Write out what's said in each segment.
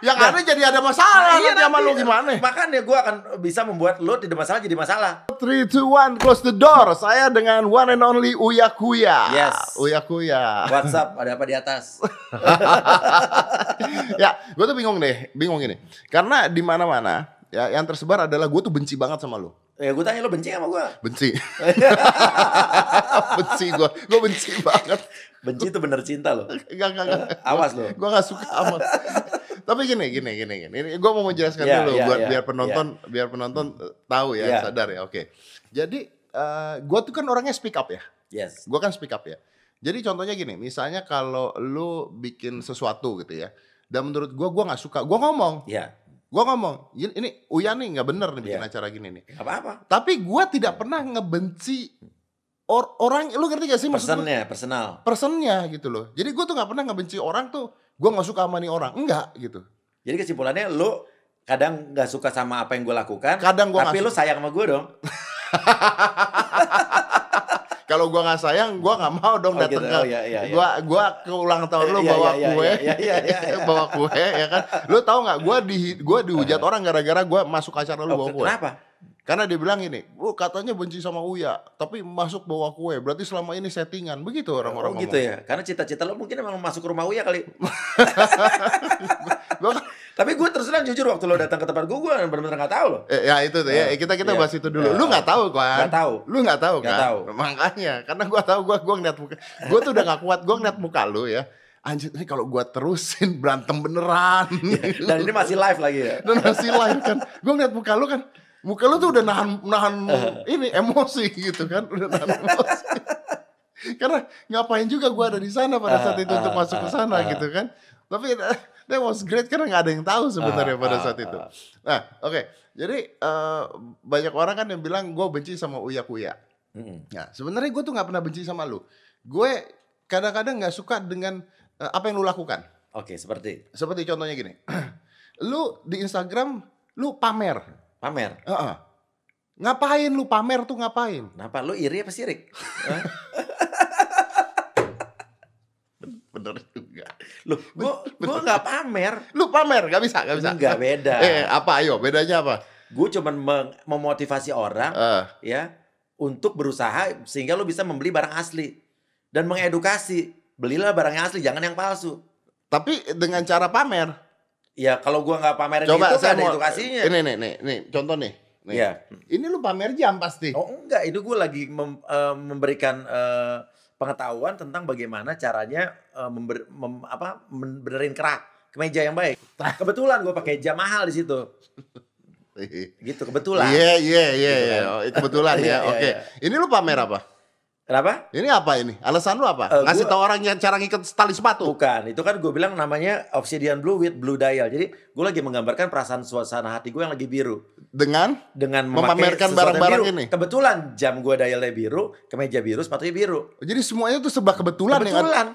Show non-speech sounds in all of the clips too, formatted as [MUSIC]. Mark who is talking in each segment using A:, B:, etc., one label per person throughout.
A: Yang aneh jadi ada masalah
B: Nah. Iya,
A: nanti sama
B: nanti.
A: lu gimana?
B: Makanya gue akan bisa membuat lo tidak masalah jadi masalah.
A: 3, 2, 1, close the door. Saya dengan one and only Uya Kuya.
B: Yes.
A: Uya Kuya. [LAUGHS]
B: WhatsApp ada apa di atas?
A: ya, gue tuh bingung deh, bingung ini. Karena di mana-mana, ya yang tersebar adalah gue tuh benci banget sama lu.
B: Ya gue tanya lo benci sama gue?
A: Benci. [LAUGHS] benci gue, gue benci banget.
B: Benci itu bener cinta lo.
A: Enggak, enggak, enggak.
B: Awas lo.
A: Gue gak suka amat. Tapi gini, gini, gini, gini. Gue mau menjelaskan
B: Ya,
A: dulu
B: ya,
A: buat
B: ya,
A: biar penonton, biar penonton eh, tahu ya,
B: Ya.
A: sadar ya. Oke. Jadi, gue tuh kan orangnya speak up ya.
B: Yes.
A: Gue kan speak up ya. Jadi contohnya gini, misalnya kalau lu bikin sesuatu gitu ya, dan menurut gue gue nggak suka, gue ngomong,
B: Ya.
A: gue ngomong, "Ini- ini Uya nih nggak bener nih bikin
B: Iya.
A: acara gini nih.
B: Gak apa-apa.
A: Tapi gue tidak pernah ngebenci or- orang, lu ngerti gak sih maksud gua?
B: Personnya, personal.
A: personnya gitu loh. Jadi gue tuh nggak pernah ngebenci orang tuh, gue nggak suka sama nih orang, enggak gitu.
B: Jadi kesimpulannya lo kadang nggak suka sama apa yang gue lakukan.
A: Kadang gue
B: tapi
A: nggak
B: lo sayang sama gue dong.
A: kalau gue nggak sayang, gue nggak mau dong
B: Oh,
A: datang
B: gitu.
A: ke
B: Oh, iya, iya, iya.
A: gua gua ke ulang tahun lu
B: Iya,
A: bawa
B: iya, iya,
A: kue
B: iya, iya, iya, iya.
A: [LAUGHS] bawa kue ya kan lu tahu nggak gua di gua dihujat orang gara-gara gua masuk acara lu
B: Oh,
A: bawa kue
B: kenapa?
A: karena dia bilang ini lu katanya benci sama Uya tapi masuk bawa kue berarti selama ini settingan begitu orang-orang
B: oh, gitu ya. Karena cita-cita lo mungkin emang masuk ke rumah Uya kali.
A: [LAUGHS] Gua kan-
B: Tapi gue terus terang jujur waktu lo datang ke tempat gue, gue bener-bener gak tahu lo.
A: Eh, ya itu tuh ya
B: Eh,
A: kita kita
B: iya.
A: bahas itu dulu
B: Eh,
A: lu nggak tahu kan
B: Gak tahu.
A: lu nggak tahu
B: Nggak
A: kan
B: tahu.
A: [LAUGHS] makanya karena gua tahu gua gua ngeliat muka gua tuh udah nggak kuat gua ngeliat muka lu ya anjir ini kalau gua terusin berantem beneran
B: Iya, Dan ini masih live lagi ya.
A: dan masih live kan gue ngeliat muka lu kan muka lu tuh udah nahan nahan ini emosi gitu kan udah nahan emosi karena ngapain juga gue ada di sana pada saat itu
B: Ah,
A: untuk
B: ah,
A: masuk ke
B: ah,
A: sana
B: ah.
A: gitu kan tapi [LAUGHS] eh, that was great karena nggak ada yang tahu sebenarnya
B: Ah,
A: ya, pada
B: ah,
A: saat itu nah oke jadi eh, banyak orang kan yang bilang gue benci sama uya kuya
B: ah. Mm-mm.
A: Nah, sebenarnya gue tuh nggak pernah benci sama lu gue kadang-kadang nggak suka dengan eh, apa yang lu lakukan
B: Oke, seperti
A: seperti contohnya gini [CLEARS THROAT] lu di Instagram lu pamer
B: pamer.
A: Heeh. Ngapain lu pamer tuh ngapain?
B: Kenapa? Lo iri apa sirik?
A: Bener juga. [LAUGHS]
B: Lo, gue gue nggak pamer.
A: Lu pamer gak bisa, gak [LAUGHS] bisa.
B: Enggak
A: [LAUGHS]
B: beda.
A: Eh, apa ayo bedanya apa?
B: Gue cuman meng- memotivasi orang
A: Eh,
B: ya untuk berusaha sehingga lo bisa membeli barang asli dan mengedukasi. Belilah barang yang asli, jangan yang palsu.
A: tapi dengan cara pamer.
B: Ya kalau gua nggak pamerin
A: Coba
B: itu nggak
A: saya
B: ada
A: mau
B: edukasinya.
A: Ini nih nih nih contoh nih. nih.
B: Iya.
A: Ini lu pamer jam pasti.
B: Oh enggak, itu gue lagi mem- eh, memberikan eh, pengetahuan tentang bagaimana caranya eh, member- mem- apa benerin kerak kemeja yang baik. Nah, Kebetulan gue pakai jam mahal di situ. Gitu kebetulan.
A: Iya iya iya
B: Gitu
A: iya.
B: kan.
A: Oh, kebetulan
B: [LAUGHS]
A: ya.
B: Iya, iya,
A: Oke.
B: iya.
A: Ini lu pamer apa?
B: Kenapa?
A: Ini apa ini? Alasan lu apa?
B: Eh,
A: Ngasih
B: gua-
A: tau orang yang cara ngikat tali sepatu.
B: Bukan, itu kan gue bilang namanya Obsidian Blue with Blue Dial. Jadi gue lagi menggambarkan perasaan suasana hati gue yang lagi biru
A: Dengan
B: dengan memakai
A: Memamerkan
B: sesuatu yang
A: barang-barang
B: biru.
A: ini?
B: Kebetulan jam gue dialnya biru, kemeja biru, sepatunya biru.
A: jadi semuanya tuh sebab kebetulan, ya kan?
B: Kebetulan.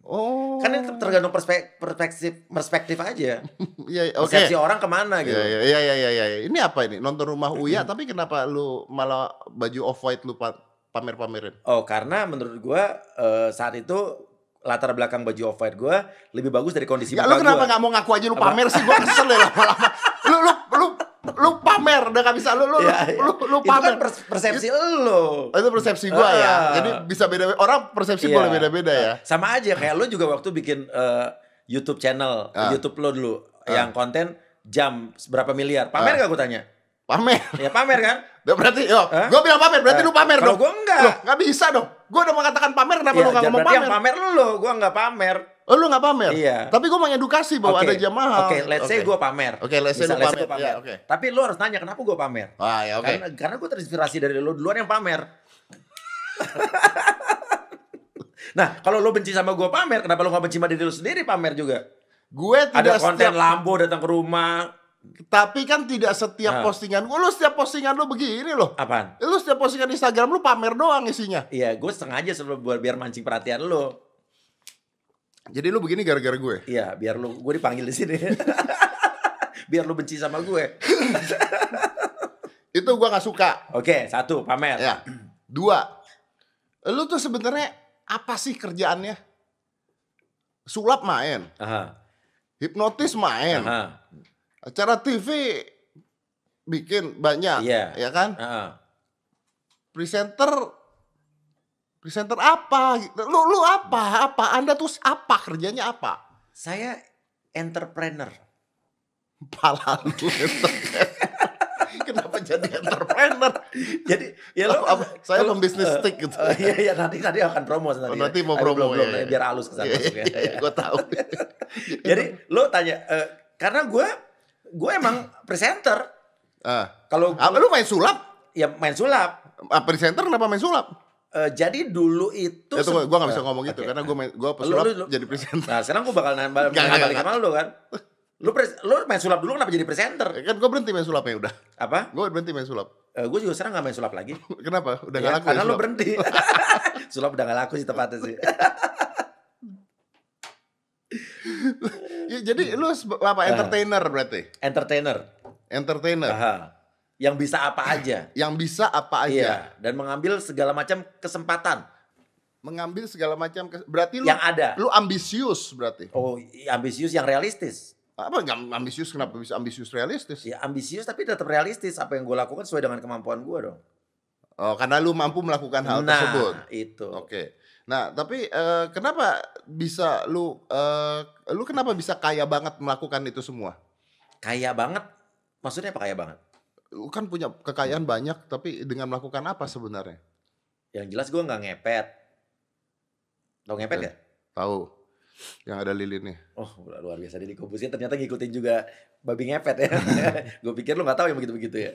A: Oh.
B: Kan itu tergantung perspek- perspektif perspektif aja.
A: Iya, iya, oke.
B: Persepsi orang kemana gitu.
A: Iya iya iya iya iya, iya. Ini apa ini? Nonton rumah Uya tapi kenapa lu malah baju off white lu pa- pamer-pamerin?
B: Oh, karena menurut gua eh, saat itu latar belakang baju off white gua lebih bagus dari kondisi
A: Ya
B: muka
A: lu kenapa
B: gua.
A: nggak mau ngaku aja lu
B: Apa?
A: pamer sih? Gua kesel ya lama-lama. Lu lu lu lu pamer udah gak bisa lu lu
B: [LAUGHS] Iya, iya.
A: lu, lu
B: Itu kan
A: pamer.
B: pers- persepsi lo.
A: Itu persepsi gua ya.
B: Ah.
A: Jadi bisa beda orang persepsi
B: Iya.
A: boleh beda-beda ya.
B: Sama aja kayak lo juga waktu bikin eh, YouTube channel,
A: Ah.
B: YouTube lo dulu
A: Ah.
B: yang konten jam berapa miliar. Pamer
A: Ah.
B: gak gue tanya?
A: Pamer. [LAUGHS]
B: Ya pamer kan?
A: Ya, Berarti yo,
B: Hah?
A: gua bilang pamer berarti
B: Eh,
A: lu pamer
B: Kalau
A: dong.
B: gue enggak.
A: Loh, nggak bisa dong. Gua udah mengatakan pamer kenapa
B: Ya,
A: lu nggak
B: jangan-
A: mau
B: berarti yang
A: pamer?
B: pamer lo, gue nggak pamer.
A: Oh, lu nggak pamer?
B: Iya.
A: Tapi gua mengedukasi bahwa
B: Oke.
A: ada jam mahal.
B: Oke, let's say gue pamer.
A: Oke, let's say
B: Bisa,
A: lu
B: let's say
A: pamer.
B: gua
A: Ya, oke.
B: Tapi lo harus nanya kenapa gue pamer.
A: Ah, ya oke.
B: Karena, karena gue terinspirasi dari lo duluan yang pamer. [LAUGHS] nah, kalau lo benci sama gue pamer, kenapa lo gak benci sama diri lo sendiri pamer juga?
A: Gue
B: Ada
A: tidak
B: konten
A: setiap
B: Lambo datang ke rumah.
A: tapi kan tidak setiap
B: Nah.
A: postingan gua. Lu setiap postingan lu begini loh.
B: Apaan?
A: Lu setiap postingan Instagram lu pamer doang isinya.
B: Iya, gue sengaja sebelum buat biar mancing perhatian lo.
A: Jadi lu begini gara-gara gue.
B: Iya, biar lo gue dipanggil di sini. [LAUGHS] biar lo benci sama gue.
A: Itu gua nggak suka.
B: Oke, satu pamer.
A: Ya. Dua. Lu tuh sebenarnya apa sih kerjaannya? Sulap main.
B: Aha.
A: Hipnotis main.
B: Aha,
A: Acara TV bikin banyak,
B: Iya.
A: ya kan?
B: aha.
A: Presenter presenter apa? gitu. Lu lu apa? Apa? Anda tuh apa kerjanya apa?
B: Saya entrepreneur.
A: Pala lu. gitu. [LAUGHS] Kenapa jadi entrepreneur?
B: [LAUGHS] Jadi ya lo
A: Apa- apa- saya pembisnis
B: eh,
A: stick gitu.
B: eh, iya iya nanti nanti akan promo nanti.
A: Oh, nanti mau
B: Tapi
A: promo,
B: belum, belum,
A: iya, iya.
B: biar halus kesana
A: Iya,
B: masuknya.
A: iya,
B: Iya.
A: gue tahu.
B: Jadi lo tanya eh, karena gue gue emang presenter.
A: Ah,
B: Kalau
A: apa lu main sulap?
B: ya main sulap.
A: Ah, presenter kenapa main sulap?
B: Eh, jadi dulu itu
A: Ya,
B: se-
A: tunggu, gue gak bisa ngomong gitu
B: eh, Oke.
A: karena gue gue
B: Lu-
A: pesulap
B: lu- lu-
A: jadi presenter.
B: Nah, sekarang gue bakal nambah
A: Nggak, nggak,
B: balik sama lo kan. Lu pres, lu main sulap dulu kenapa jadi presenter?
A: Kan gue berhenti main sulap ya udah.
B: Apa?
A: Gue berhenti main sulap.
B: gue juga sekarang gak main sulap lagi.
A: Kenapa? Udah
B: Ya,
A: gak laku ya
B: karena lu
A: sulap?
B: berhenti. [LAUGHS] sulap udah gak laku sih tepatnya sih.
A: Ya, jadi lu sebe- apa
B: Ah.
A: entertainer berarti?
B: Entertainer.
A: Entertainer
B: Aha. Yang bisa apa aja.
A: yang bisa apa Eh. aja,
B: Iya, dan mengambil segala macam kesempatan
A: mengambil segala macam. kes- Berarti lu
B: yang ada.
A: lu ambisius berarti.
B: Oh, i- ambisius yang realistis.
A: Apa nggak ambisius? Kenapa bisa ambisius realistis?
B: Ya ambisius tapi tetap realistis. Apa yang gue lakukan sesuai dengan kemampuan gue dong.
A: Oh, karena lu mampu melakukan hal
B: nah,
A: tersebut.
B: itu.
A: Oke. Nah, tapi eh, kenapa bisa lu eh, lu kenapa bisa kaya banget melakukan itu semua?
B: Kaya banget. Maksudnya apa kaya banget?
A: Lu kan punya kekayaan banyak, tapi dengan melakukan apa sebenarnya?
B: Yang jelas gue nggak ngepet. Tau ngepet
A: Oke.
B: gak?
A: Tahu? Yang ada lilinnya.
B: Oh luar biasa Deddy Corbuzier ternyata ngikutin juga babi ngepet ya. [LAUGHS] gue pikir lu nggak tahu yang begitu-begitu
A: [LAUGHS]
B: ya.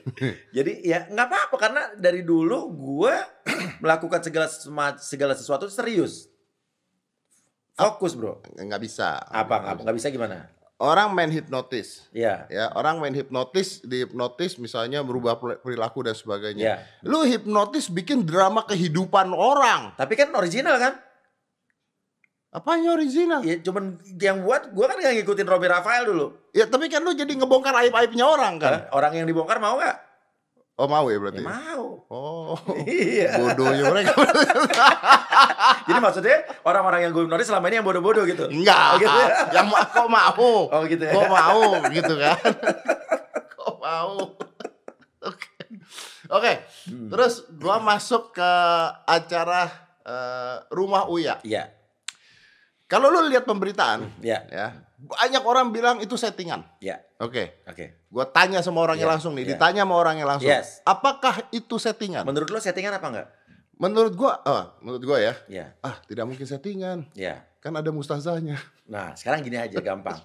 B: Jadi ya nggak apa-apa karena dari dulu gue [CLEARS THROAT] melakukan segala sema- segala sesuatu serius. Fokus bro.
A: Nggak bisa.
B: Apa nggak nggak bisa gimana?
A: Orang main hipnotis.
B: Ya,
A: Ya, orang main hipnotis, di hipnotis misalnya berubah perilaku dan sebagainya.
B: ya.
A: Lu hipnotis bikin drama kehidupan orang.
B: Tapi kan original kan?
A: Apanya original?
B: Ya cuman yang buat gue kan nggak ngikutin Robby Rafael dulu.
A: Ya, tapi kan lu jadi ngebongkar aib-aibnya orang kan.
B: Hah? Orang yang dibongkar mau nggak?
A: Oh, mau ya
B: Ya,
A: berarti.
B: mau. [LAUGHS]
A: Oh.
B: Iya.
A: Bodohnya mereka. [LAUGHS]
B: Jadi maksudnya orang-orang yang gue hipnotis selama ini yang bodoh-bodoh gitu.
A: Enggak,
B: Oh, gitu ya?
A: yang ma- kok mau,
B: Oh gitu ya.
A: kok
B: [LAUGHS]
A: mau gitu kan? [LAUGHS] kok mau? [LAUGHS] Oke, oke.
B: Hmm.
A: Terus gua masuk ke acara eh, rumah Uya.
B: Iya,
A: Kalau lu lihat pemberitaan,
B: iya,
A: ya banyak orang bilang itu settingan.
B: iya.
A: Oke,
B: Oke.
A: gua tanya sama orangnya
B: Iya,
A: langsung nih.
B: iya.
A: Ditanya sama orangnya langsung.
B: Yes.
A: Apakah itu settingan?
B: Menurut lo settingan apa enggak?
A: Menurut gua, ah, menurut gua ya,
B: Iya,
A: ah tidak mungkin settingan.
B: iya.
A: Kan ada mustazahnya.
B: Nah, sekarang gini aja gampang.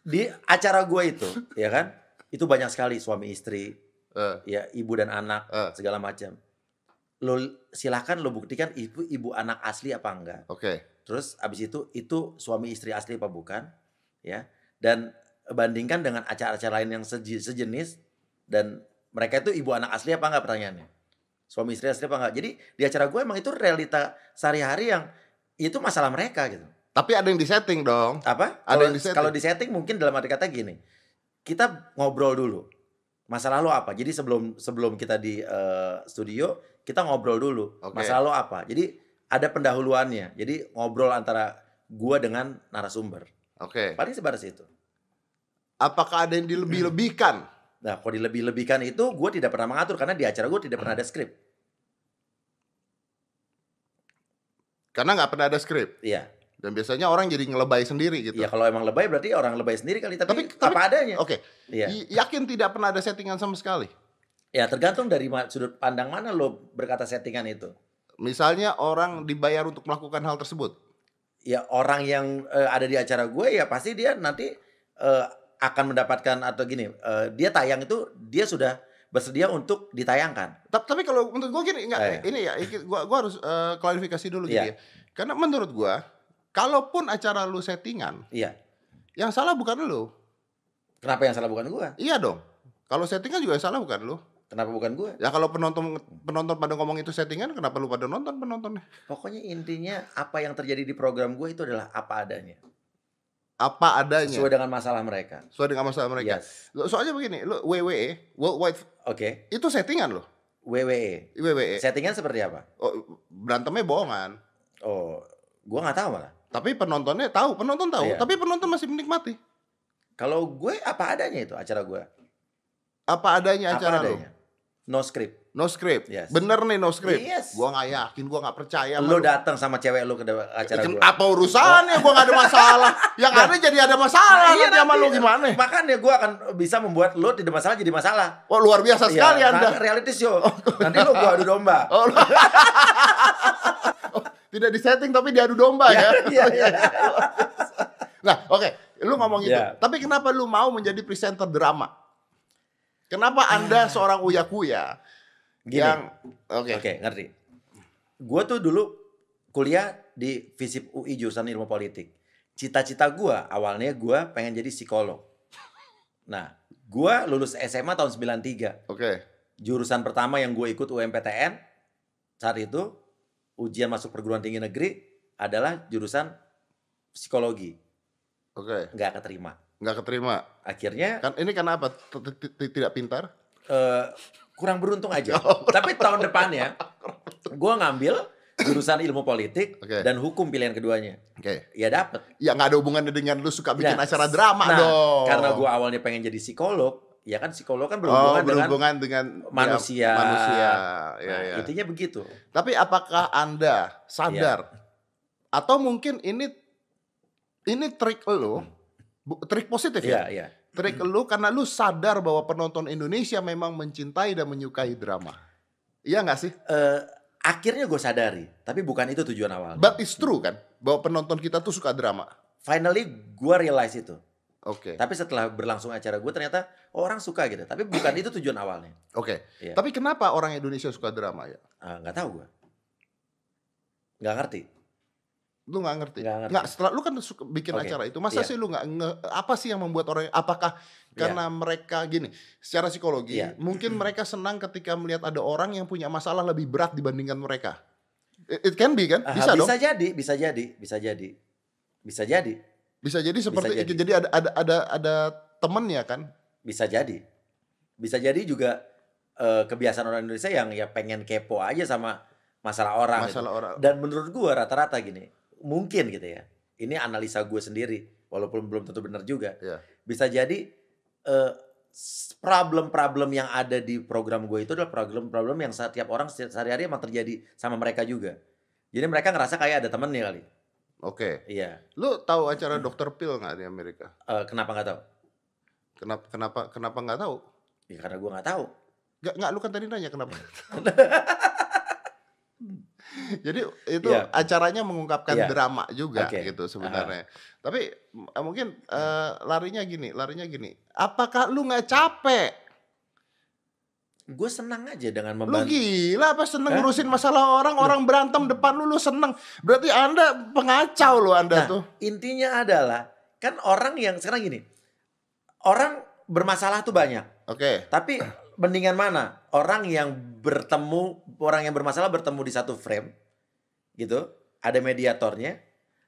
B: Di acara gue itu, ya kan? Itu banyak sekali suami istri,
A: Eh,
B: ya ibu dan anak,
A: Eh.
B: segala macam. Lo silahkan lo buktikan ibu ibu anak asli apa enggak.
A: Oke,
B: Terus abis itu itu suami istri asli apa bukan, ya? Dan bandingkan dengan acara-acara lain yang seji- sejenis dan mereka itu ibu anak asli apa enggak pertanyaannya? Suami istri asli apa enggak? Jadi di acara gue emang itu realita sehari-hari yang itu masalah mereka gitu.
A: tapi ada yang disetting dong.
B: Apa?
A: Ada
B: Kalau
A: yang disetting.
B: kalau di setting mungkin dalam arti kata gini. Kita ngobrol dulu. Masalah lo apa? Jadi sebelum sebelum kita di eh, studio, kita ngobrol dulu.
A: Oke.
B: Masalah lo apa? Jadi ada pendahuluannya. Jadi ngobrol antara gua dengan narasumber.
A: Oke.
B: Paling sebatas itu.
A: apakah ada yang dilebih-lebihkan?
B: Nah, kalau dilebih-lebihkan itu gue tidak pernah mengatur karena di acara gue tidak pernah ada skrip.
A: Karena nggak pernah ada skrip
B: Iya.
A: dan biasanya orang jadi ngelebay sendiri gitu.
B: Iya, kalau emang lebay berarti orang lebay sendiri kali tapi,
A: Tapi- Oh. tapi-
B: apa adanya.
A: Oke,
B: Iya.
A: Y- yakin tidak pernah ada settingan sama sekali.
B: Ya, tergantung dari ma- sudut pandang mana lo berkata settingan itu.
A: Misalnya orang dibayar untuk melakukan hal tersebut.
B: ya orang yang eh, ada di acara gue ya pasti dia nanti eh, akan mendapatkan atau gini eh, dia tayang itu dia sudah bersedia untuk ditayangkan
A: Ta- Tapi kalau menurut gue gini, nggak,
B: Eh.
A: ini ya, iki- gua, gua harus eh, klarifikasi dulu gitu
B: Iya.
A: ya. Karena menurut gua, kalaupun acara lu settingan,
B: iya
A: yang salah bukan lu.
B: kenapa yang salah bukan gue
A: Iya dong. Kalau settingan juga yang salah bukan lu.
B: kenapa bukan gue
A: Ya kalau penonton penonton pada ngomong itu settingan, kenapa lu pada nonton penontonnya?
B: pokoknya intinya apa yang terjadi di program gue itu adalah apa adanya
A: Apa adanya.
B: sesuai Iya. dengan masalah mereka
A: Sesuai dengan masalah mereka.
B: yes
A: Lo- Soalnya begini, lu WWE, World Wide
B: oke
A: itu settingan loh
B: WWE
A: WWE
B: settingan seperti apa
A: oh, berantemnya E. bohongan
B: oh gue nggak tahu malah
A: Tapi penontonnya tahu, penonton tahu,
B: Iya.
A: tapi penonton masih menikmati.
B: Kalau gue apa adanya itu acara gue.
A: Apa adanya acara
B: apa
A: lo?
B: adanya. No script.
A: No script.
B: Yes.
A: Bener nih no script.
B: Yes.
A: Gua nggak yakin, gua nggak percaya. sama
B: Lo datang sama cewek lo ke da- acara
A: Ken-
B: gue.
A: Apa urusannya? Gua nggak ada
B: [LAUGHS]
A: masalah. Yang ada jadi ada masalah
B: Iya. Nah, iya
A: nanti sama
B: nanti.
A: lu gimana?
B: Makanya gue akan bisa membuat lo tidak masalah jadi masalah.
A: Wah luar biasa
B: Iya,
A: sekali
B: nah,
A: anda.
B: Reality show. Nanti lo gue adu domba.
A: Oh, lu- [LAUGHS] Oh, tidak disetting tapi diadu domba ya.
B: Iya, iya.
A: Nah, oke, lu ngomong itu.
B: Ya.
A: Tapi kenapa lu mau menjadi presenter drama? Kenapa Anda seorang uya-kuya
B: Ah. Gini.
A: yang oke.
B: Oke, ngerti. Gue tuh dulu kuliah di FISIP UI jurusan ilmu politik. Cita-cita gue awalnya gue pengen jadi psikolog. Nah, gue lulus SMA tahun 93.
A: Oke.
B: Jurusan pertama yang gue ikut UMPTN saat itu ujian masuk perguruan tinggi negeri adalah jurusan psikologi.
A: Oke,
B: Nggak keterima.
A: nggak keterima.
B: Akhirnya
A: Kan ini kenapa T- t- t- tidak pintar?
B: eh, kurang beruntung aja. Tapi tahun depannya gue ngambil jurusan ilmu politik
A: [LAUGHS] Oke.
B: dan hukum pilihan keduanya.
A: Oke.
B: Ya dapet.
A: Ya nggak ada hubungannya dengan lu suka bikin
B: Nah,
A: acara drama
B: nah,
A: dong. Oh,
B: Karena gue awalnya pengen jadi psikolog, ya kan psikolog kan
A: berhubungan,
B: berhubungan,
A: oh, berhubungan dengan, ya,
B: manusia.
A: manusia.
B: dengan,
A: Ya,
B: Nah,
A: ya.
B: intinya begitu.
A: Tapi apakah Anda sadar
B: Ya.
A: atau mungkin ini ini trik lu bu- trik positif ya?
B: Iya, iya.
A: trik lu karena lu sadar bahwa penonton Indonesia memang mencintai dan menyukai drama. Iya nggak sih?
B: Eh, akhirnya gue sadari, tapi bukan itu tujuan awal.
A: But it's true kan bahwa penonton kita tuh suka drama.
B: Finally gue realize itu.
A: Oke.
B: Tapi setelah berlangsung acara gue ternyata oh, orang suka gitu. Tapi bukan
A: [LAUGHS]
B: itu tujuan awalnya.
A: Oke.
B: Iya.
A: Tapi kenapa orang Indonesia suka drama ya?
B: Eh, Nggak tahu gue. Nggak ngerti.
A: Lu nggak ngerti.
B: Nggak ngerti.
A: Nggak, setelah lu kan suka bikin
B: Oke.
A: acara itu. Masa
B: Iya.
A: sih lu nggak nge- apa sih yang membuat orang apakah karena mereka gini, secara psikologi
B: Iya. [CLEARS THROAT]
A: mungkin mereka senang ketika melihat ada orang yang punya masalah lebih berat dibandingkan mereka. It, it can be kan?
B: Ah,
A: Bisa, dong.
B: bisa jadi, bisa jadi, bisa jadi, bisa jadi,
A: Bisa jadi seperti
B: jadi.
A: itu. Jadi ada ada ada ada temennya kan
B: bisa jadi, bisa jadi juga eh, kebiasaan orang Indonesia yang ya pengen kepo aja sama masalah orang. gitu.
A: masalah orang.
B: Dan menurut gua rata-rata gini, mungkin gitu ya. Ini analisa gue sendiri, walaupun belum tentu benar juga.
A: Iya.
B: Bisa jadi eh, s- problem-problem yang ada di program gue itu adalah problem-problem yang setiap orang se- sehari-hari emang terjadi sama mereka juga. Jadi mereka ngerasa kayak ada temennya kali.
A: Oke.
B: Iya.
A: Lu tahu acara Dr. Phil nggak di Amerika?
B: Eh, kenapa nggak tahu?
A: Kenapa kenapa kenapa nggak tahu?
B: Ya karena gue nggak tahu.
A: Nggak nggak lu kan tadi nanya
B: [LAUGHS]
A: kenapa. Jadi itu
B: Iya.
A: acaranya mengungkapkan
B: Iya.
A: drama juga
B: Oke.
A: gitu sebenarnya. Tapi m- mungkin eh, larinya gini, larinya gini. Apakah lu nggak capek?
B: Gue senang aja dengan
A: Lu
B: membantu.
A: gila apa seneng
B: Hah?
A: ngurusin masalah orang, orang berantem depan lu lu seneng. Berarti Anda pengacau lo Anda
B: Nah,
A: tuh.
B: Intinya adalah kan orang yang sekarang gini, orang bermasalah tuh banyak.
A: Oke.
B: Tapi mendingan mana? Orang yang bertemu, orang yang bermasalah bertemu di satu frame, gitu, ada mediatornya,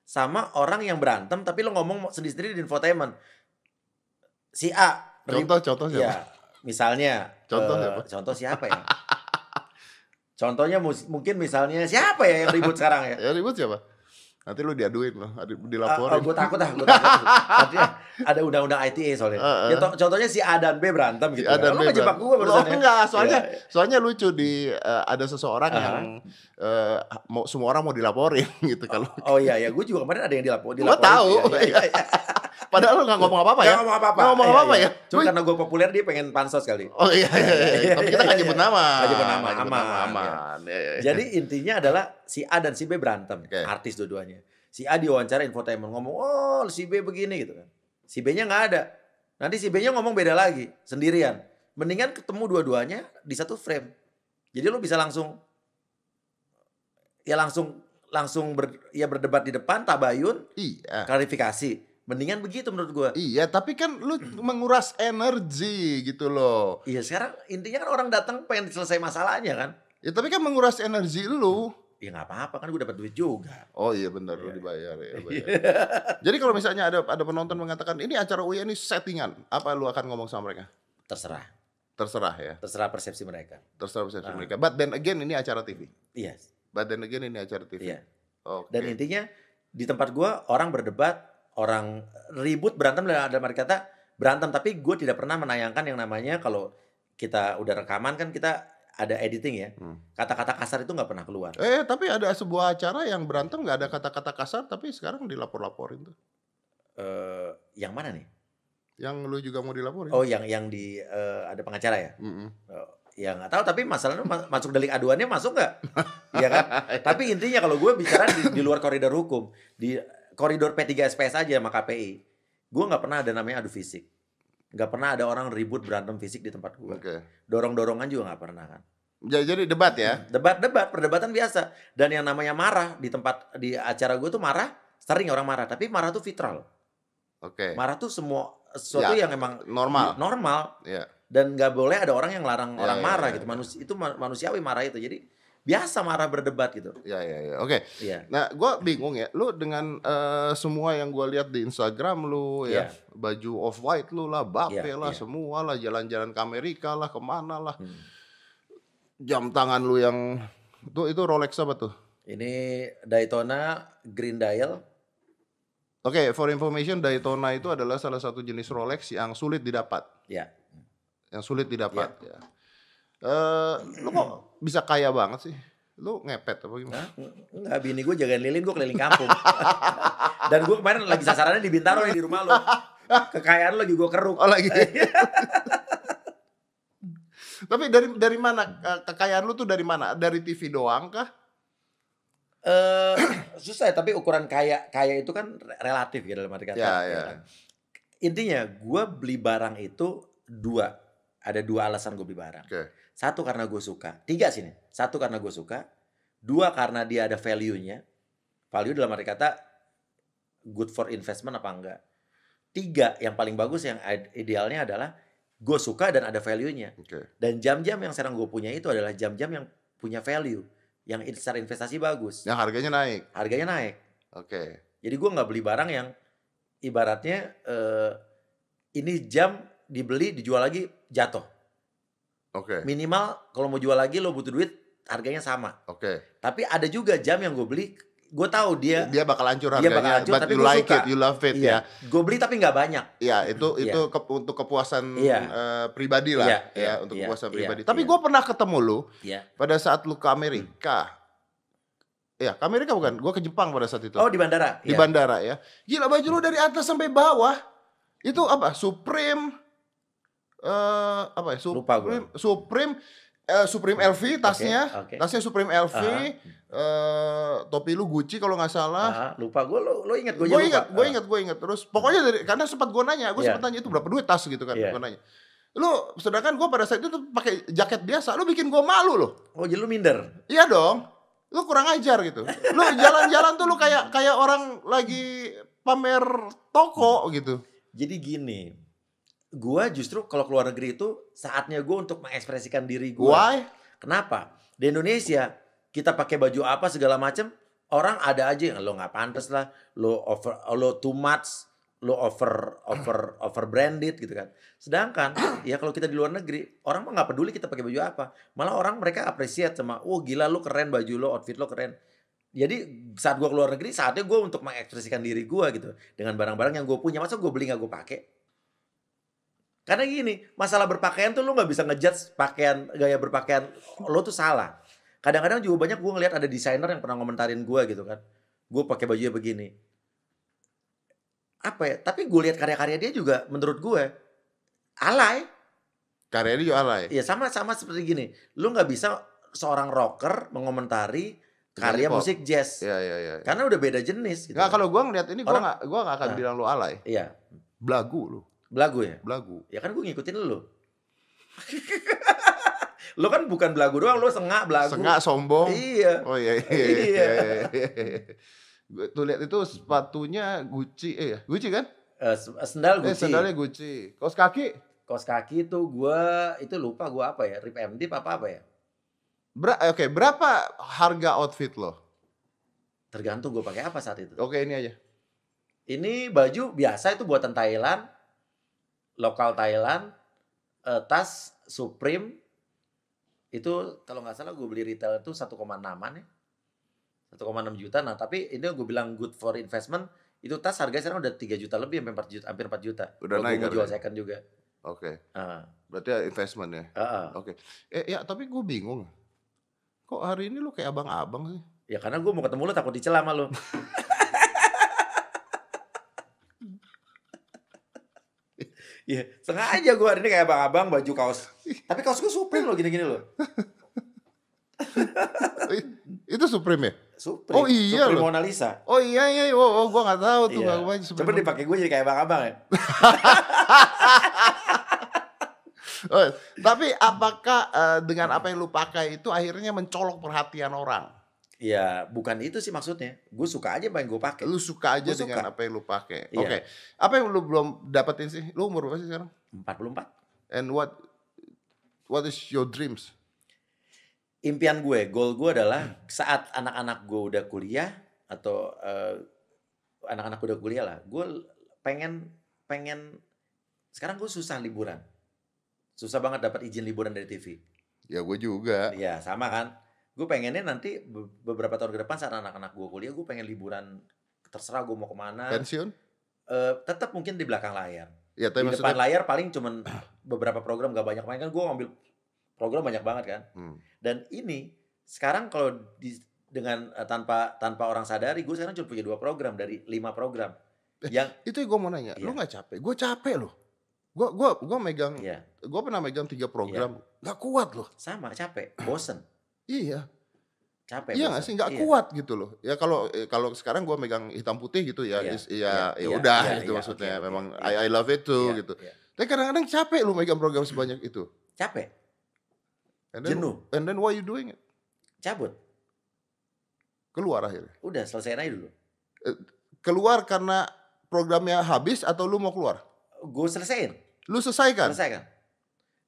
B: sama orang yang berantem tapi lo ngomong sendiri-sendiri di infotainment. Si A, ribut,
A: Contoh contoh siapa?
B: ya, misalnya.
A: Contoh
B: eh,
A: siapa?
B: Contoh siapa ya? Contohnya mus- mungkin misalnya siapa ya yang ribut sekarang ya?
A: Ya ribut siapa? Nanti lu diaduin loh, adi-
B: Ah, ah,
A: dilaporin.
B: gue takut ah, gue takut. Tadi ada undang-undang ITE soalnya.
A: Ah, ah.
B: Ya, to- contohnya si A dan B berantem
A: Si
B: gitu.
A: A dan
B: Lo
A: B
B: ngejebak
A: berantem.
B: gue barusan
A: Lo
B: ya.
A: Oh, enggak, soalnya-
B: Ya,
A: Soalnya lucu di eh, ada seseorang
B: Aha.
A: yang eh, mau semua orang mau dilaporin [LAUGHS] gitu kalau
B: Oh iya, ya gue juga kemarin ada yang Iya, dilapor.
A: Gua tahu. padahal lu nggak ngomong apa-apa ya.
B: [LAUGHS] Gak ngomong apa-apa.
A: Nggak ngomong
B: Iya,
A: apa-apa
B: iya.
A: ya?
B: Cuma
A: Wih.
B: karena gue populer dia pengen pansos kali.
A: Oh iya iya iya. Tapi kita nggak
B: Iya, iya.
A: nyebut nama.
B: Nggak nyebut nama,
A: Nggak nyebut nama,
B: aman,
A: aman. Iya, iya, iya.
B: Jadi intinya adalah si A dan si B berantem.
A: Oke.
B: Artis dua-duanya. Si A diwawancara infotainment ngomong, oh si B begini gitu kan. Si B-nya nggak ada. Nanti si B-nya ngomong beda lagi, sendirian. Mendingan ketemu dua-duanya di satu frame. Jadi lu bisa langsung, ya langsung langsung ber, ya berdebat di depan, tabayun,
A: iya.
B: klarifikasi. Mendingan begitu menurut gua.
A: Iya, tapi kan lu menguras energi gitu loh.
B: Iya sekarang intinya kan orang datang pengen selesai masalahnya kan.
A: Ya tapi kan menguras energi lu.
B: Ya nggak apa-apa kan gue dapat duit juga.
A: Oh iya benar lu
B: Iya.
A: dibayar ya. bayar. Jadi kalau misalnya ada ada penonton mengatakan ini acara UI ini settingan, apa lu akan ngomong sama mereka?
B: terserah,
A: Terserah ya,
B: terserah persepsi mereka.
A: terserah persepsi
B: Ah.
A: mereka. But then again ini acara TV.
B: Iya,
A: But then again ini acara TV.
B: iya.
A: Oke.
B: Dan intinya di tempat gue orang berdebat, orang ribut berantem dalam dalam arti kata berantem. Tapi gue tidak pernah menayangkan yang namanya kalau kita udah rekaman kan kita ada editing ya.
A: Hmm.
B: Kata-kata kasar itu nggak pernah keluar.
A: Eh tapi ada sebuah acara yang berantem nggak ada kata-kata kasar tapi sekarang dilapor-laporin tuh.
B: Eh, yang mana nih?
A: Yang lu juga mau dilaporin?
B: Oh, yang yang di eh, ada pengacara ya?
A: Mm-mm.
B: Ya nggak tahu. Tapi masalahnya ma- masuk delik aduannya masuk nggak? Iya kan? Tapi intinya kalau gue bicara di, di luar koridor hukum, di koridor P3 SPS aja sama KPI, gue nggak pernah ada namanya adu fisik. Nggak pernah ada orang ribut berantem fisik di tempat gue.
A: Oke.
B: Dorong-dorongan juga nggak pernah kan.
A: Ja- Jadi debat ya.
B: Debat-debat, perdebatan biasa. Dan yang namanya marah di tempat di acara gue tuh marah, sering orang marah. Tapi marah tuh fitral.
A: Oke.
B: Marah tuh semua sesuatu
A: Ya.
B: yang emang
A: Normal.
B: normal.
A: Iya.
B: Dan nggak boleh ada orang yang larang
A: Ya,
B: orang
A: ya,
B: marah
A: ya,
B: gitu. Manusia itu ma- manusiawi marah itu. Jadi biasa marah berdebat gitu.
A: Ya ya ya. Oke.
B: Iya.
A: Nah, gua bingung ya. Lu dengan eh, semua yang gua lihat di Instagram lu ya,
B: Iya.
A: baju off white lu lah, bape
B: Iya,
A: lah,
B: iya.
A: semua lah, jalan-jalan ke Amerika lah, kemana lah,
B: Hmm.
A: jam tangan lu yang itu itu Rolex apa tuh?
B: Ini Daytona Green Dial.
A: Oke, for information Daytona itu adalah salah satu jenis Rolex yang sulit didapat.
B: Ya.
A: Yang sulit didapat. Ya. Eh, lu kok bisa kaya banget sih? Lu ngepet apa gimana?
B: Hah? Enggak, bini gue jagain lilin, gue keliling kampung. [LAUGHS] Dan gue kemarin lagi sasarannya di Bintaro nih, di rumah lo. Kekayaan lo lagi gue keruk.
A: Oh
B: [LAUGHS]
A: lagi.
B: Iya.
A: Tapi dari dari mana eh, kekayaan lu tuh dari mana? Dari TV doang kah?
B: eh [CLEARS THROAT] susah ya, tapi ukuran kaya kaya itu kan re- relatif ya dalam arti kata.
A: Ya,
B: ya
A: ya.
B: kan? Intinya gue beli barang itu dua, ada dua alasan gue beli barang.
A: Oke.
B: Satu karena gue suka, tiga sini. Satu karena gue suka, dua karena dia ada value-nya. Value dalam arti kata good for investment apa enggak. Tiga yang paling bagus yang id- idealnya adalah gue suka dan ada value-nya.
A: Oke.
B: Dan jam-jam yang sekarang gue punya itu adalah jam-jam yang punya value, yang in- secara investasi bagus
A: Yang harganya naik.
B: harganya naik.
A: Oke.
B: Jadi gue nggak beli barang yang ibaratnya eh, ini jam dibeli dijual lagi jatuh.
A: Oke.
B: Minimal kalau mau jual lagi lo butuh duit harganya sama.
A: Oke.
B: Tapi ada juga jam yang gue beli, gue tahu dia,
A: Dia bakal hancur
B: Iya. Dia
A: harganya,
B: bakal hancur,
A: but
B: tapi
A: you
B: gua
A: like
B: suka.
A: it, you love it
B: iya, gue beli tapi nggak banyak.
A: ya. Iya, itu itu ke- untuk kepuasan
B: Iya.
A: eh, pribadi lah,
B: Iya,
A: ya,
B: iya,
A: untuk
B: iya,
A: kepuasan
B: iya,
A: pribadi.
B: iya.
A: Tapi gue pernah ketemu lu
B: Iya.
A: pada saat lu ke Amerika. Ya, Hmm. ke Amerika bukan? Gue ke Jepang pada saat itu.
B: Oh di bandara.
A: di
B: Iya.
A: bandara ya. Gila baju lu dari atas sampai bawah. Itu apa? Supreme eh apa ya? Supreme
B: Lupa gua.
A: Supreme eh, Supreme LV tasnya.
B: Oke, Ah. oke.
A: Tasnya Supreme LV.
B: Aha.
A: eh topi lu Gucci kalau nggak salah.
B: Ah, lupa gue lo, lo ingat gue
A: Gue ingat, gue ingat, gue ingat terus. Pokoknya dari karena sempat gue nanya, gue
B: Iya.
A: sempat nanya itu berapa duit tas gitu kan,
B: Iya.
A: gua nanya. Lu sedangkan gue pada saat itu tuh pakai jaket biasa, lu bikin gue malu loh.
B: Oh jadi lo minder.
A: Iya dong. Lu kurang ajar gitu. Lu jalan-jalan tuh lu kayak kayak orang lagi pamer toko gitu.
B: Jadi gini, gue justru kalau keluar negeri itu saatnya gue untuk mengekspresikan diri gue.
A: Why?
B: Kenapa? Di Indonesia kita pakai baju apa segala macam orang ada aja yang lo nggak pantas lah, lo over, lo too much, lo over over over branded gitu kan. Sedangkan ya kalau kita di luar negeri orang mah nggak peduli kita pakai baju apa, malah orang mereka appreciate sama, oh gila lo keren baju lo, outfit lo keren. Jadi saat gua keluar negeri saatnya gua untuk mengekspresikan diri gua gitu dengan barang-barang yang gue punya. Masa gue beli nggak gue pakai? Karena gini, masalah berpakaian tuh lu nggak bisa ngejudge pakaian gaya berpakaian lo tuh salah. Kadang-kadang juga banyak gue ngeliat ada desainer yang pernah ngomentarin gue gitu kan. Gue pakai bajunya begini. Apa ya? Tapi gue lihat karya-karya dia juga menurut gue alay.
A: Karya dia alay.
B: Ya sama-sama seperti gini. Lu nggak bisa seorang rocker mengomentari karya
A: Hip hop.
B: musik jazz.
A: Iya, iya, iya.
B: Karena udah beda jenis gitu.
A: Nggak, kalau gua ngeliat ini gua
B: Orang-
A: nggak gua nggak akan
B: Nah.
A: bilang lu alay.
B: Iya,
A: Belagu lu,
B: belagu ya.
A: belagu.
B: Ya kan gue ngikutin lu. [LAUGHS] lu kan bukan belagu doang, lu sengak belagu.
A: Sengak sombong.
B: Iya.
A: Oh iya iya. iya,
B: Iya.
A: iya, iya. Gua tuh lihat itu sepatunya Gucci eh ya, Gucci kan?
B: Eh, se- sendal
A: Eh
B: Gucci.
A: sandalnya Gucci. Kaos kaki
B: Kaos kaki itu gua itu lupa gua apa ya? Rip MD apa apa ya?
A: Ber- eh, oke, berapa harga outfit lo?
B: Tergantung gua pakai apa saat itu.
A: Oke, ini aja.
B: Ini baju biasa itu buatan Thailand. Lokal Thailand. Eh, tas Supreme itu kalau nggak salah gue beli retail itu 1,6an ya. 1,6 juta. Nah, tapi ini gue bilang good for investment. Itu tas harganya sekarang udah 3 juta lebih, hampir 4 juta. Hampir 4 juta.
A: Udah
B: Kalau gua
A: naik
B: mau
A: harganya.
B: jual second juga.
A: Oke.
B: Heeh.
A: Berarti investment ya.
B: Heeh.
A: Oke. Eh ya tapi gue bingung. Kok hari ini lu kayak abang-abang sih?
B: Ya karena gue mau ketemu lu takut dicela sama lu. [LAUGHS] Iya, sengaja gue hari ini kayak abang-abang baju kaos. Tapi kaos gue Supreme loh gini-gini loh.
A: I- Eh, itu Supreme ya?
B: Supreme.
A: Oh iya
B: Supreme
A: loh.
B: Mona Lisa.
A: Oh iya iya, oh, oh gue nggak tahu tuh
B: Iya.
A: nggak gua Supreme.
B: Coba dipakai gue jadi kayak abang-abang ya.
A: Oh, tapi apakah eh, dengan apa yang lu pakai itu akhirnya mencolok perhatian orang?
B: Iya, bukan itu sih maksudnya. Gue suka aja apa yang gue pakai.
A: Lu suka aja
B: Gua suka.
A: dengan apa yang lu pakai.
B: Iya.
A: Oke. Apa yang lu belum dapetin sih? Lu umur berapa sih sekarang?
B: 44.
A: And what what is your dreams?
B: Impian gue, goal gue
A: Hmm.
B: adalah saat anak-anak gue udah kuliah atau eh, anak-anak udah kuliah lah, gue pengen pengen sekarang gue susah liburan. Susah banget dapat izin liburan dari TV.
A: Ya gue juga.
B: Iya, sama kan. Gue pengennya nanti be- beberapa tahun ke depan saat anak-anak gue kuliah, gue pengen liburan terserah gue mau kemana.
A: Pensiun?
B: Eh, tetap mungkin di belakang layar.
A: Ya tapi
B: di depan
A: maksudnya
B: layar paling cuman [CLEARS THROAT] beberapa program gak banyak main kan gue ngambil program banyak banget kan
A: Hmm.
B: dan ini sekarang kalau di- dengan eh, tanpa tanpa orang sadari gue sekarang cuma punya dua program dari lima program yang
A: itu gue mau nanya. Lu
B: Iya.
A: nggak capek? Gue capek loh. Gue gua gua megang
B: ya
A: gue pernah megang
B: Iya.
A: tiga program nggak kuat loh
B: sama capek bosen
A: iya
B: capek
A: iya
B: bosen.
A: nggak sih nggak
B: Iya.
A: kuat gitu loh ya kalau eh, kalau sekarang gue megang hitam putih gitu ya
B: Iya,
A: is- ya
B: iya,
A: ya
B: iya,
A: udah
B: iya,
A: gitu
B: iya,
A: maksudnya
B: oke, oke,
A: memang
B: iya.
A: I, I love it too
B: Iya,
A: gitu
B: iya.
A: tapi kadang-kadang capek lu megang program sebanyak itu
B: capek
A: and then,
B: jenuh
A: and then why you doing it
B: cabut
A: keluar akhirnya
B: udah selesaiin aja dulu
A: keluar karena programnya habis atau lu mau keluar
B: gue selesaiin
A: lu selesaikan
B: selesai kan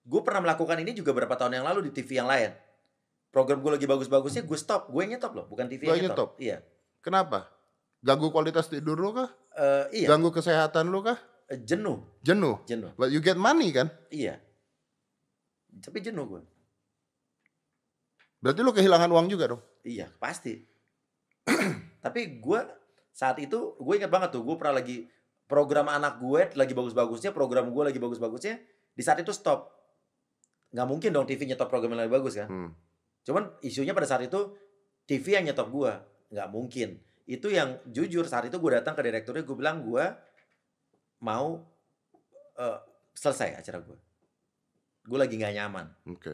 B: gue pernah melakukan ini juga berapa tahun yang lalu di TV yang lain program gue lagi bagus-bagusnya gue stop gue yang nyetop loh bukan TV
A: Lo yang
B: yang nyetop iya
A: kenapa ganggu kualitas tidur lu kah
B: Eh, iya
A: ganggu kesehatan lu kah
B: Eh, jenuh
A: jenuh
B: jenuh
A: but you get money kan
B: iya tapi jenuh gue
A: berarti lu kehilangan uang juga dong
B: iya pasti [CLEARS THROAT] tapi gue saat itu gue ingat banget tuh gue pernah lagi program anak gue lagi bagus-bagusnya program gue lagi bagus-bagusnya di saat itu stop nggak mungkin dong TV nyetop program yang lebih bagus kan
A: Hmm.
B: cuman isunya pada saat itu TV yang nyetop gue nggak mungkin itu yang jujur saat itu gue datang ke direkturnya gue bilang gue mau eh, selesai acara gue gue lagi nggak nyaman
A: oke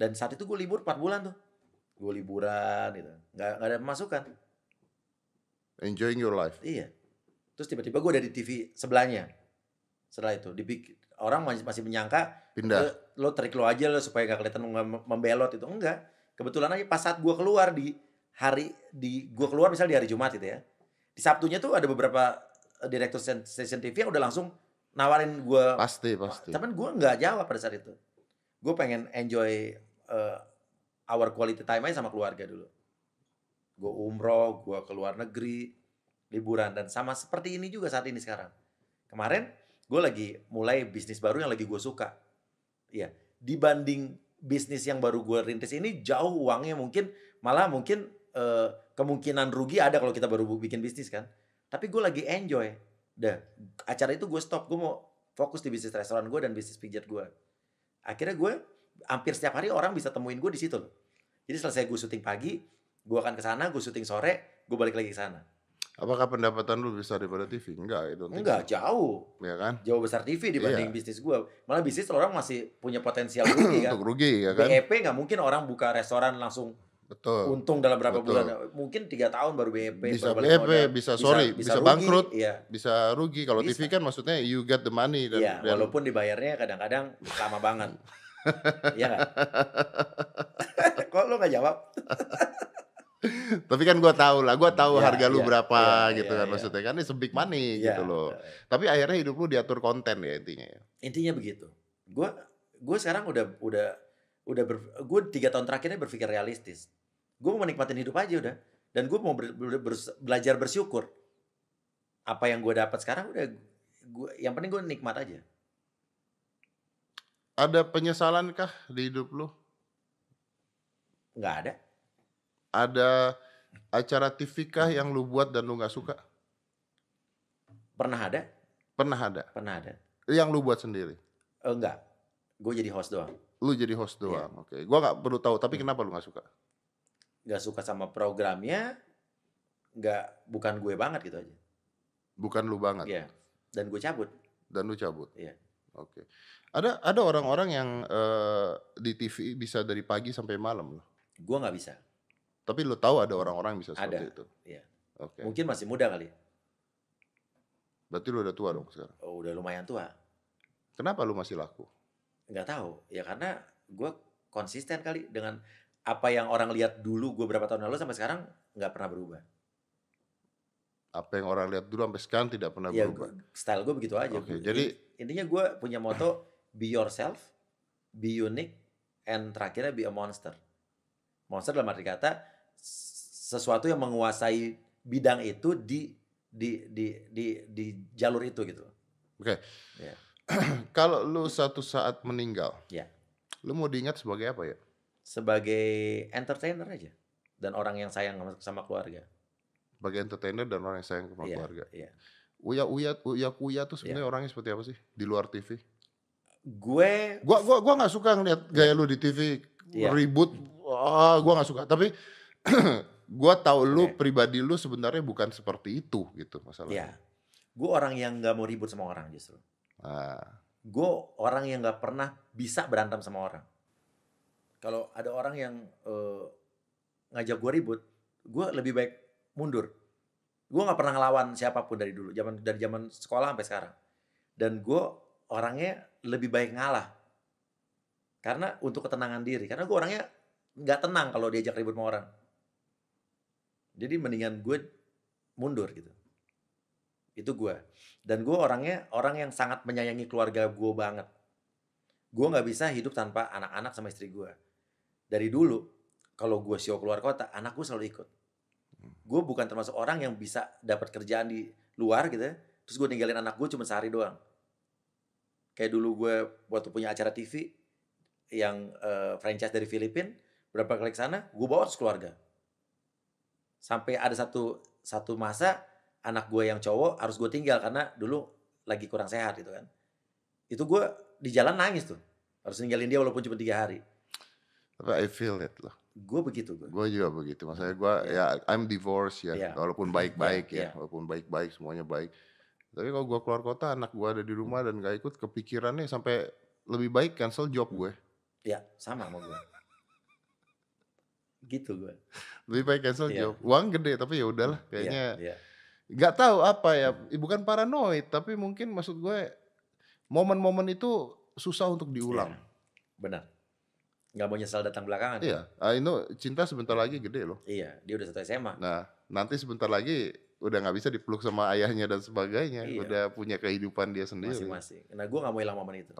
B: dan saat itu gue libur 4 bulan tuh gue liburan gitu nggak nggak ada masukan
A: enjoying your life
B: iya terus tiba-tiba gue dari TV sebelahnya setelah itu dipikir orang masih masih menyangka
A: pindah
B: lo trik lo aja lo supaya nggak kelihatan mem- membelot itu enggak kebetulan aja pas saat gue keluar di hari di gue keluar misalnya di hari Jumat gitu ya di Sabtunya tuh ada beberapa eh, direktur sen- stasiun TV yang udah langsung nawarin gue
A: Pasti pasti.
B: Tapi gue nggak jawab pada saat itu. Gue pengen enjoy uh, our quality time aja sama keluarga dulu. Gue umroh, gue ke luar negeri, liburan dan sama seperti ini juga saat ini sekarang. Kemarin gue lagi mulai bisnis baru yang lagi gue suka. Iya, dibanding bisnis yang baru gue rintis ini jauh uangnya mungkin malah mungkin eh, kemungkinan rugi ada kalau kita baru bikin bisnis kan. Tapi gue lagi enjoy. Dah, acara itu gue stop. Gue mau fokus di bisnis restoran gue dan bisnis pijat gue. Akhirnya gue hampir setiap hari orang bisa temuin gue di situ loh. Jadi selesai gue syuting pagi, gue akan ke sana, gue syuting sore, gue balik lagi ke sana.
A: Apakah pendapatan lu besar daripada TV? Enggak, itu
B: Enggak, jauh.
A: Ya kan?
B: Jauh besar TV
A: Iya.
B: dibanding bisnis gue. Malah bisnis orang masih punya
A: [CLEARS THROAT]
B: potensial [CLEARS THROAT] rugi kan.
A: Untuk rugi ya kan?
B: BEP nggak mungkin orang buka restoran langsung
A: Betul.
B: untung dalam berapa
A: Betul.
B: bulan. Mungkin tiga tahun baru BEP.
A: Bisa
B: baru balik
A: BEP,
B: modal.
A: bisa- sorry, bisa
B: rugi,
A: bangkrut.
B: Iya.
A: Bisa rugi kalau
B: Bisa.
A: TV kan maksudnya you get the money dan,
B: Iya,
A: dan-
B: walaupun dibayarnya kadang-kadang lama
A: [LAUGHS]
B: banget. Iya nggak? [LAUGHS] Kok lo nggak jawab?
A: tapi kan gua tahu lah, gua tahu
B: Iya,
A: harga lu
B: iya,
A: berapa
B: iya,
A: gitu
B: iya,
A: kan
B: iya.
A: maksudnya kan ini big money
B: Iya.
A: gitu loh. Tapi akhirnya hidup lu diatur konten ya intinya ya.
B: Intinya begitu. Gue gue sekarang udah udah udah gue tiga tahun terakhirnya berpikir realistis. Gue mau menikmatin hidup aja udah. Dan gue mau ber- ber- ber- belajar bersyukur. Apa yang gue dapat sekarang udah gue yang penting gue nikmat aja.
A: Ada penyesalan kah di hidup lu?
B: Nggak ada.
A: Ada acara TV kah
B: Hmm.
A: yang lu buat dan lu nggak suka?
B: Pernah ada?
A: Pernah ada?
B: Pernah ada.
A: Yang lu buat sendiri?
B: Eh, enggak. Gue jadi host doang.
A: Lu jadi
B: Iya.
A: host doang. Oke. Gua nggak perlu tahu,
B: Hmm.
A: tapi kenapa lu nggak suka?
B: Gak suka sama programnya. Gak, bukan gue banget gitu aja.
A: Bukan lu banget
B: Iya. Dan gue cabut.
A: dan lu cabut.
B: Iya.
A: Oke. Ada ada orang-orang yang eh, di TV bisa dari pagi sampai malam loh.
B: Gue nggak bisa.
A: Tapi lu tahu ada orang-orang yang bisa seperti
B: Ada,
A: itu.
B: iya.
A: Oke.
B: Mungkin masih muda kali.
A: Berarti lu udah tua dong sekarang.
B: Oh, udah lumayan tua.
A: Kenapa lu masih laku?
B: Nggak tahu. Ya karena gue konsisten kali dengan apa yang orang lihat dulu gue berapa tahun lalu sampai sekarang nggak pernah berubah.
A: Apa yang orang lihat dulu sampai sekarang tidak pernah
B: ya
A: berubah.
B: gua- style gue begitu aja.
A: Oke, jadi-
B: intinya gue punya moto be yourself, be unique, and terakhirnya be a monster. Monster dalam arti kata s- sesuatu yang menguasai bidang itu di di di di di jalur itu gitu. loh.
A: Kalau lu satu saat meninggal,
B: Iya.
A: lu mau diingat sebagai apa ya?
B: Sebagai entertainer aja dan orang yang sayang sama- sama keluarga.
A: Sebagai entertainer dan orang yang sayang sama
B: Iya,
A: keluarga.
B: iya.
A: Uya Uya Uya Kuya tuh sebenarnya orangnya seperti apa sih di luar TV?
B: Gue
A: Gua gua gua nggak suka ngeliat gaya lu di TV
B: Iya.
A: ribut. Ah, gua nggak suka. Tapi [CLEARS THROAT] gua tahu lu
B: Oke.
A: pribadi lu sebenarnya bukan seperti itu gitu masalahnya.
B: ya gue orang yang nggak mau ribut sama orang justru.
A: Ah,
B: gue orang yang nggak pernah bisa berantem sama orang. Kalau ada orang yang eh, ngajak gue ribut, gue lebih baik mundur. Gue nggak pernah ngelawan siapapun dari dulu, zaman dari zaman sekolah sampai sekarang. Dan gue orangnya lebih baik ngalah, karena untuk ketenangan diri. Karena gue orangnya nggak tenang kalau diajak ribut sama orang. Jadi mendingan gue mundur gitu. Itu gue dan gue orangnya orang yang sangat menyayangi keluarga gue banget gue nggak bisa hidup tanpa anak-anak sama istri gue dari dulu kalau gue show keluar kota anak gue selalu ikut gue bukan termasuk orang yang bisa dapat kerjaan di luar gitu ya. terus gue ninggalin anak gue cuma sehari doang kayak dulu gue waktu punya acara TV yang eh, franchise dari Filipina berapa kali ke sana gue bawa terus keluarga sampai ada satu satu masa anak gue yang cowok harus gue tinggal karena dulu lagi kurang sehat gitu kan itu gue di jalan nangis tuh harus ninggalin dia walaupun cuma tiga hari
A: tapi I feel it loh.
B: gue begitu gue
A: Gue juga begitu. Maksudnya gue ya I'm divorced ya.
B: Iya.
A: Walaupun baik-baik ya,
B: Iya,
A: walaupun baik-baik semuanya baik. Tapi kalau gue keluar kota, anak gue ada di rumah dan gak ikut, kepikirannya sampai lebih baik cancel job gue.
B: ya sama sama gue gitu gue
A: Lebih baik cancel
B: Iya.
A: job. Uang gede tapi ya udahlah. Kayaknya
B: Iya, iya.
A: nggak tahu apa ya. Bukan paranoid, tapi mungkin maksud gue momen-momen itu susah untuk diulang.
B: Iya. benar nggak mau nyesal datang belakangan
A: Iya, Ah, ini cinta sebentar lagi gede loh.
B: Iya, dia udah satu SMA
A: Nah, nanti sebentar lagi udah nggak bisa dipeluk sama ayahnya dan sebagainya,
B: Iya.
A: udah punya kehidupan dia sendiri.
B: masing-masing nah gue nggak mau hilang momen itu